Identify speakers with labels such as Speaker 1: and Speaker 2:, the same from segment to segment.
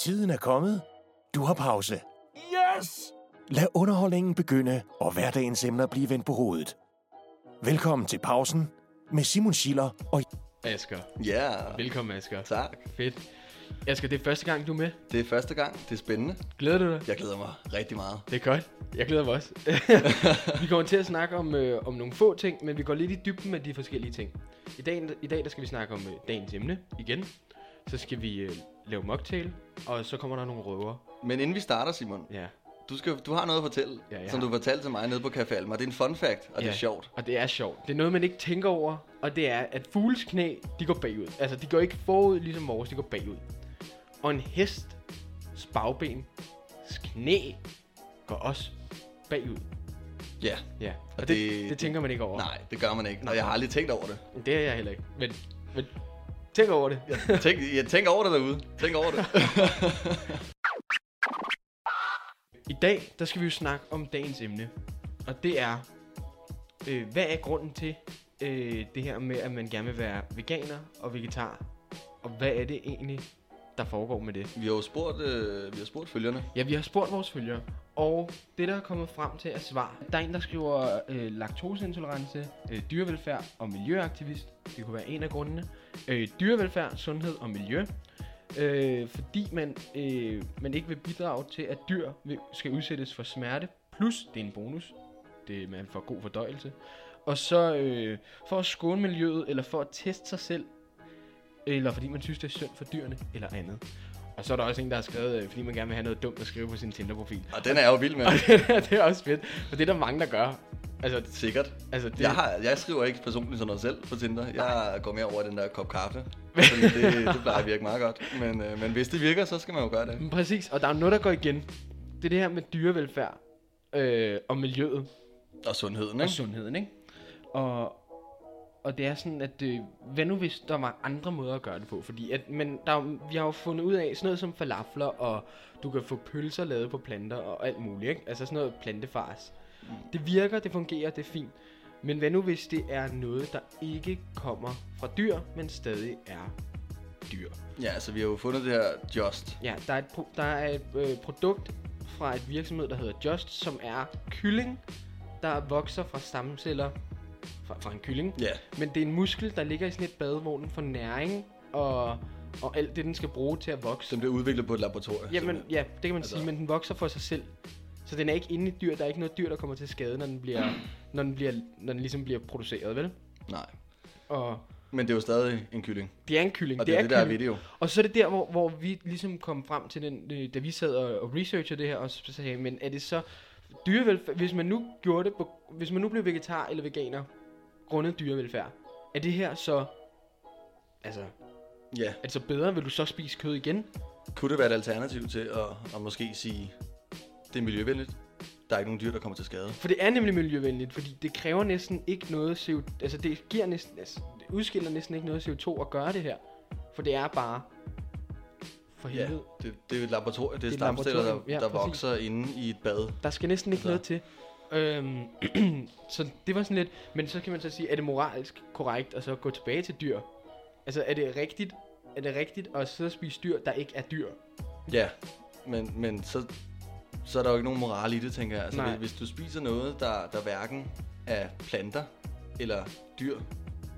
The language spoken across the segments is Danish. Speaker 1: Tiden er kommet. Du har pause.
Speaker 2: Yes!
Speaker 1: Lad underholdningen begynde, og hverdagens emner blive vendt på hovedet. Velkommen til pausen med Simon Schiller og
Speaker 3: Asger.
Speaker 4: Ja,
Speaker 3: Velkommen, Asger.
Speaker 4: tak.
Speaker 3: Fedt. Asger, det er første gang, du er med.
Speaker 4: Det er første gang. Det er spændende.
Speaker 3: Glæder du dig?
Speaker 4: Jeg glæder mig rigtig meget.
Speaker 3: Det er godt. Jeg glæder mig også. vi kommer til at snakke om, øh, om nogle få ting, men vi går lidt i dybden med de forskellige ting. I dag, I dag der skal vi snakke om øh, dagens emne igen. Så skal vi øh, lave mocktail, og så kommer der nogle røver.
Speaker 4: Men inden vi starter, Simon,
Speaker 3: Ja,
Speaker 4: du, skal, du har noget at fortælle,
Speaker 3: Ja, jeg
Speaker 4: som
Speaker 3: har.
Speaker 4: du fortalte til mig nede på Café Alma. Det er en fun fact, og det er
Speaker 3: Ja,
Speaker 4: sjovt.
Speaker 3: Og det er sjovt. Det er noget, man ikke tænker over, og det er, at fugles knæ, de går bagud. Altså, de går ikke forud, ligesom vores, de går bagud. Og en hest, bagben, knæ, går også bagud.
Speaker 4: Ja,
Speaker 3: Ja, og,
Speaker 4: Og
Speaker 3: det, det,
Speaker 4: det-
Speaker 3: det, tænker man ikke over.
Speaker 4: nej, det gør man ikke. Og jeg har aldrig tænkt over det.
Speaker 3: Det er jeg heller ikke. Men, men tænk over det.
Speaker 4: Jeg tænk, jeg tænk over det derude. Tænk over det.
Speaker 3: I dag, der skal vi jo snakke om dagens emne. Og det er, øh, hvad er grunden til øh, det her med, at man gerne vil være veganer og vegetar? Og hvad er det egentlig, der foregår med det?
Speaker 4: Vi har jo spurgt, øh, vi har spurgt følgerne.
Speaker 3: Ja, vi har spurgt vores følgere, og det, der er kommet frem til er svar. Der er en, der skriver øh, laktoseintolerance, øh, dyrevelfærd og miljøaktivist. Det kunne være en af grundene. Øh, dyrevelfærd, sundhed og miljø. Øh, fordi man, øh, man ikke vil bidrage til, at dyr vil, skal udsættes for smerte. Plus, det er en bonus. Det er, man får god fordøjelse. Og så øh, for at skåne miljøet, eller for at teste sig selv, eller fordi man synes, det er synd for dyrene, eller andet. Og så er der også en, der har skrevet, øh, fordi man gerne vil have noget dumt at skrive på sin Tinder-profil.
Speaker 4: Og den er jeg jo vild med.
Speaker 3: det er også fedt, for det er der mange, der gør. Altså,
Speaker 4: Sikkert.
Speaker 3: altså det,
Speaker 4: Jeg, har, jeg skriver ikke personligt sådan noget selv på Tinder. Jeg går mere over den der kop kaffe. Fordi det, det plejer at virke meget godt. Men, øh, men hvis det virker, så skal man jo gøre det.
Speaker 3: Men Præcis, og der er noget, der går igen. Det er det her med dyrevelfærd øh, og miljøet
Speaker 4: Og sundheden,
Speaker 3: og
Speaker 4: ikke?
Speaker 3: sundheden, ikke? Og, og det er sådan, at øh, hvad nu hvis der var andre måder at gøre det på? Fordi at, men der, er jo- vi har jo fundet ud af sådan noget som falafler, og du kan få pølser lavet på planter og alt muligt, ikke? Altså sådan noget plantefars. Det virker, det fungerer, det er fint. Men hvad nu hvis det er noget, der ikke kommer fra dyr, men stadig er dyr?
Speaker 4: Ja, så vi har jo fundet det her Just.
Speaker 3: Ja, der er et, pro- der er et øh, produkt fra et virksomhed, der hedder Just, som er kylling, der vokser fra stamceller fra, fra en kylling.
Speaker 4: Ja,
Speaker 3: Men det er en muskel, der ligger i sådan et bad, hvor den får næring og, og alt det, den skal bruge til at vokse.
Speaker 4: som bliver udviklet på et laboratorium.
Speaker 3: Jamen, ja, det kan man
Speaker 4: Altså-
Speaker 3: sige, men den vokser for sig selv. Så den er ikke inde i et dyr, der er ikke noget dyr, der kommer til skade, når den, bliver, når den, bliver, når den ligesom bliver produceret, vel?
Speaker 4: Nej,
Speaker 3: Og
Speaker 4: men det er jo stadig en kylling.
Speaker 3: det er en kylling.
Speaker 4: Og det er det, der er
Speaker 3: kylling.
Speaker 4: video.
Speaker 3: Og så er det der, hvor, hvor vi ligesom kom frem til den, øh, da vi sad og, og researchede det her, og så sagde, men er det så dyrevelfærd, hvis man nu gjorde det, på, hvis man nu blev vegetar eller veganer, grundet dyrevelfærd, er det her så, altså, er
Speaker 4: Ja,
Speaker 3: det så bedre, vil du så spise kød igen?
Speaker 4: kunne det være et alternativ til at, at måske sige, det er miljøvenligt. Der er ikke nogen dyr, der kommer til skade.
Speaker 3: For det er nemlig miljøvenligt, fordi det kræver næsten ikke noget CO2, altså det giver næsten, altså, det udskiller næsten ikke noget CO2 at gøre det her, for det er bare for
Speaker 4: Ja,
Speaker 3: helvede.
Speaker 4: det, det er jo et laboratorium. Det er,
Speaker 3: et
Speaker 4: det er stamceller, der,
Speaker 3: laboratorium, ja,
Speaker 4: ja, der
Speaker 3: præcis.
Speaker 4: vokser inde i et bad.
Speaker 3: Der skal næsten ikke
Speaker 4: Altså.
Speaker 3: noget til. Øhm, så det var sådan lidt, men så kan man så sige, er det moralsk korrekt at så gå tilbage til dyr? Altså er det rigtigt, er det rigtigt at sidde og spise dyr, der ikke er dyr?
Speaker 4: Ja, men, men så, så er der jo ikke nogen moral i det, tænker jeg. Altså,
Speaker 3: Nej.
Speaker 4: hvis, hvis du spiser noget, der, der hverken er planter eller dyr,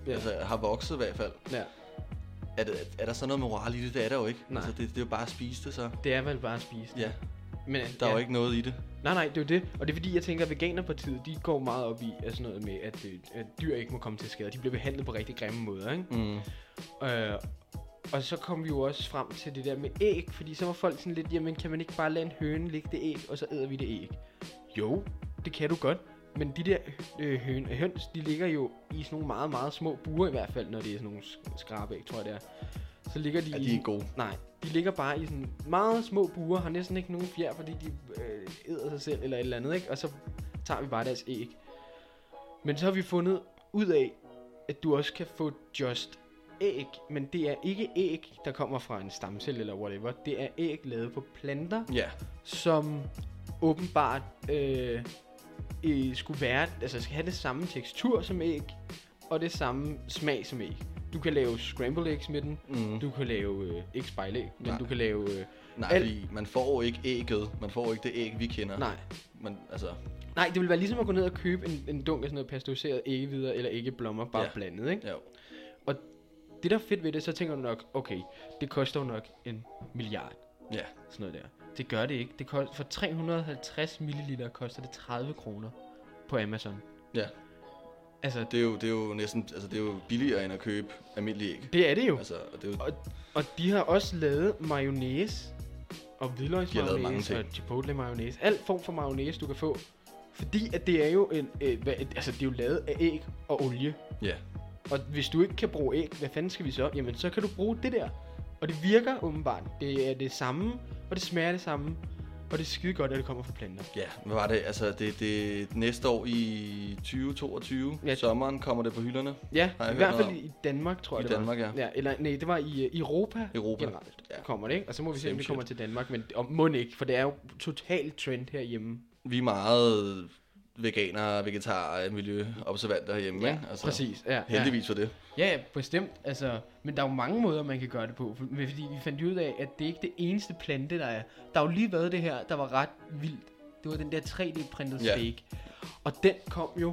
Speaker 3: Ja.
Speaker 4: ja. altså har vokset i hvert fald,
Speaker 3: Ja.
Speaker 4: er, det, er der så noget moral i det? Det er der jo ikke.
Speaker 3: Nej.
Speaker 4: Altså, det, det er jo bare at spise det så.
Speaker 3: Det er vel bare at spise.
Speaker 4: Ja,
Speaker 3: Men,
Speaker 4: der ja. er jo
Speaker 3: ja.
Speaker 4: ikke noget i det.
Speaker 3: Nej, nej, det er jo det. Og det er fordi, jeg tænker, at Veganerpartiet, de går meget op i altså noget med, at, øh, at dyr ikke må komme til skade. De bliver behandlet på rigtig grimme måder, ikke?
Speaker 4: Mm.
Speaker 3: Øh, og så kom vi jo også frem til det der med æg, fordi så var folk sådan lidt, jamen kan man ikke bare lade en høne lægge det æg, og så æder vi det æg? Jo, det kan du godt. Men de der øh, høn, høns, de ligger jo i sådan nogle meget, meget små buer i hvert fald, når det er sådan nogle sk- skrabeæg, tror jeg det er. Så ligger de,
Speaker 4: Ja,
Speaker 3: i-
Speaker 4: de er gode.
Speaker 3: Nej, de ligger bare i sådan meget små buer, har næsten ikke nogen fjer, fordi de øh, æder sig selv eller et eller andet, ikke? Og så tager vi bare deres æg. Men så har vi fundet ud af, at du også kan få just æg, men det er ikke æg, der kommer fra en stamcelle eller whatever. Det er æg lavet på planter,
Speaker 4: Ja,
Speaker 3: som åbenbart øh, øh, skulle være, altså skal have det samme tekstur som æg, og det samme smag som æg. Du kan lave scrambled eggs med den,
Speaker 4: Mhm.
Speaker 3: du kan lave, øh, ikke spejlæg, men
Speaker 4: Nej.
Speaker 3: du kan lave øh,
Speaker 4: Nej,
Speaker 3: Al-
Speaker 4: fordi man får ikke ægget. Man får ikke det æg, vi kender.
Speaker 3: Nej.
Speaker 4: Man, altså,
Speaker 3: Nej, det ville være ligesom at gå ned og købe en, en dunk af sådan noget pasteuriseret æggevidder eller æggeblommer, bare ja.
Speaker 4: Ja.
Speaker 3: blandet, ikke?
Speaker 4: ja.
Speaker 3: Og det, der er fedt ved det, så tænker du nok, okay, det koster jo nok en milliard,
Speaker 4: Ja,
Speaker 3: sådan noget der. Det gør det ikke. Det koster, for 350 ml koster det 30 kroner på Amazon.
Speaker 4: ja.
Speaker 3: Altså, det,
Speaker 4: Det er, jo, det er jo næsten, altså det er jo billigere end at købe almindelige æg.
Speaker 3: det er det jo.
Speaker 4: Altså, og det er jo,
Speaker 3: Og, og de har også lavet mayonnaise og
Speaker 4: De har lavet mange
Speaker 3: hvidløgsmayonnaise
Speaker 4: ting.
Speaker 3: og chipotle mayonnaise. Al form for mayonnaise, du kan få. Fordi at det er jo en, øh, hvad, altså det er jo lavet af æg og olie.
Speaker 4: ja.
Speaker 3: Og hvis du ikke kan bruge æg, hvad fanden skal vi så? Jamen, så kan du bruge det der. Og det virker åbenbart. Det er det samme, og det smager det samme. Og det er skide godt, at det kommer fra planter.
Speaker 4: Ja, hvad var det? Altså, det, det næste år i 2022,
Speaker 3: Ja.
Speaker 4: ja. sommeren, kommer det på hylderne.
Speaker 3: Ja,
Speaker 4: Har jeg
Speaker 3: i
Speaker 4: hørt
Speaker 3: hvert fald
Speaker 4: noget
Speaker 3: i Danmark, tror jeg,
Speaker 4: I
Speaker 3: det
Speaker 4: Danmark,
Speaker 3: var.
Speaker 4: ja.
Speaker 3: ja. Eller nej, det var i øh, Europa,
Speaker 4: Europa.
Speaker 3: generelt. Ja.
Speaker 4: Ja.
Speaker 3: Kommer det, ikke? Og så må vi se, om
Speaker 4: Same
Speaker 3: det kommer
Speaker 4: shit.
Speaker 3: til Danmark. Men og må ikke, for det er jo totalt trend herhjemme.
Speaker 4: Vi er meget veganere, vegetarer, miljøobservanter herhjemme, ikke?
Speaker 3: altså, præcis. Ja,
Speaker 4: Heldigvis for det.
Speaker 3: Ja. ja, ja, bestemt. Altså, men der er jo mange måder, man kan gøre det på. For- men Fordi vi fandt ud af, at det ikke er det eneste plante, der er. Der har jo lige været det her, der var ret vildt. Det var den der 3D-printede
Speaker 4: Ja.
Speaker 3: ja. steak. Og den kom jo...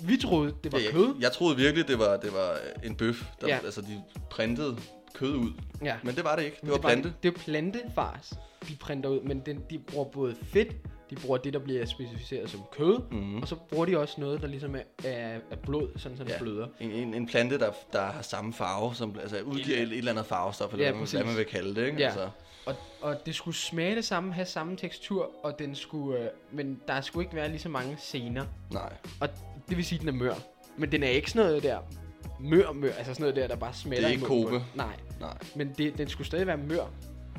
Speaker 3: Vi troede, det var
Speaker 4: Ja,
Speaker 3: kød.
Speaker 4: Jeg, jeg troede virkelig, det var, det var øh, en bøf. Der,
Speaker 3: Ja.
Speaker 4: ja. Altså, de printede kød ud.
Speaker 3: Ja.
Speaker 4: Men det var det ikke. Det
Speaker 3: Men
Speaker 4: var
Speaker 3: bare-
Speaker 4: plante.
Speaker 3: Det er plantefars, de printer ud. Men den, de bruger både fedt, de bruger det, der bliver specificeret som kød. Mm.
Speaker 4: Mhm.
Speaker 3: Og så bruger de også noget, der ligesom er, er, er blod, sådan som ja.
Speaker 4: Ja.
Speaker 3: bløder.
Speaker 4: En, en, en plante, der, der har samme farve, som altså, udgiver et, et eller andet farvestof,
Speaker 3: Ja,
Speaker 4: eller ja, hvad, man,
Speaker 3: præcis.
Speaker 4: hvad man vil kalde det. Ikke?
Speaker 3: Ja.
Speaker 4: Altså,
Speaker 3: Og, og det skulle smage det samme, have samme tekstur, og den skulle, øh, men der skulle ikke være lige så mange scener.
Speaker 4: nej.
Speaker 3: Og det vil sige, at den er mør. Men den er ikke sådan noget der mør, mør, altså sådan noget der, der bare smelter
Speaker 4: Det er
Speaker 3: i
Speaker 4: ikke
Speaker 3: munden på
Speaker 4: Kobe.
Speaker 3: den. Nej,
Speaker 4: nej.
Speaker 3: men det, den skulle stadig være mør.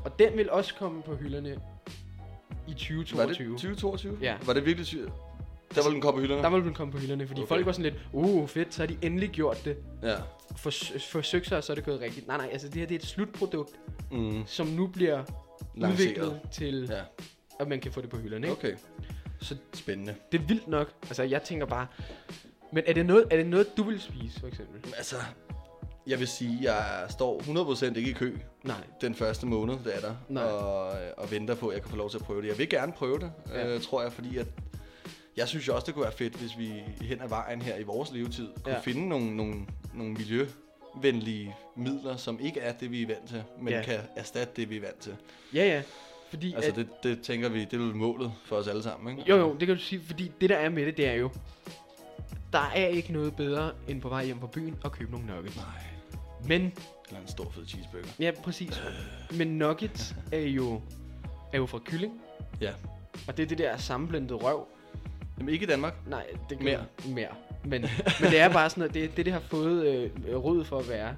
Speaker 3: Og den vil også komme på hylderne i
Speaker 4: Var det
Speaker 3: 2022.
Speaker 4: 2022?
Speaker 3: Ja.
Speaker 4: Var det virkelig sygt? Der var den kommet på hylderne?
Speaker 3: Der ville den komme på hylderne, fordi okay.
Speaker 4: Okay.
Speaker 3: folk var sådan lidt, uh fedt, så har de endelig gjort det.
Speaker 4: Ja.
Speaker 3: Forsøg, forsøg sig, og så er det gået rigtigt. Nej, nej, altså det her det er et slutprodukt,
Speaker 4: Mm.
Speaker 3: som nu bliver
Speaker 4: Lanceret.
Speaker 3: udviklet til, ja.
Speaker 4: Ja,
Speaker 3: at man kan få det på hylderne. Ikke?
Speaker 4: okay.
Speaker 3: Så
Speaker 4: Spændende.
Speaker 3: Det er vildt nok. Altså, jeg tænker bare... Men er det noget, er det noget du vil spise, for eksempel?
Speaker 4: Altså, jeg vil sige, jeg står 100% ikke i kø
Speaker 3: Nej.
Speaker 4: den første måned, det er der,
Speaker 3: Nej.
Speaker 4: og, øh, og venter på, at jeg kan få lov til at prøve det. Jeg vil gerne prøve det,
Speaker 3: Ja.
Speaker 4: ja. øh, tror jeg, fordi at jeg synes jo også, det kunne være fedt, hvis vi hen ad vejen her i vores levetid
Speaker 3: Ja.
Speaker 4: kunne ja. finde nogle, nogle, nogle miljøvenlige midler, som ikke er det, vi er vant til, men
Speaker 3: Ja.
Speaker 4: ja. kan erstatte det, vi er vant til.
Speaker 3: Ja, ja. Fordi
Speaker 4: Altså,
Speaker 3: at,
Speaker 4: det, det tænker vi, det er jo målet for os alle sammen, ikke?
Speaker 3: Jo, jo, det kan du sige, fordi det der er med det, det er jo... Der er ikke noget bedre, end på vej hjem fra byen og købe nogle nuggets.
Speaker 4: Nej,
Speaker 3: Men,
Speaker 4: eller en stor fed cheeseburger.
Speaker 3: ja, præcis. Men nuggets er jo, er jo fra kylling.
Speaker 4: Ja.
Speaker 3: Og det er det der sammenblændede røv.
Speaker 4: Jamen, ikke i Danmark.
Speaker 3: Nej, det kan
Speaker 4: Mere.
Speaker 3: mere. Men, men det er bare sådan, at det, det, det har fået øh, råd for at være,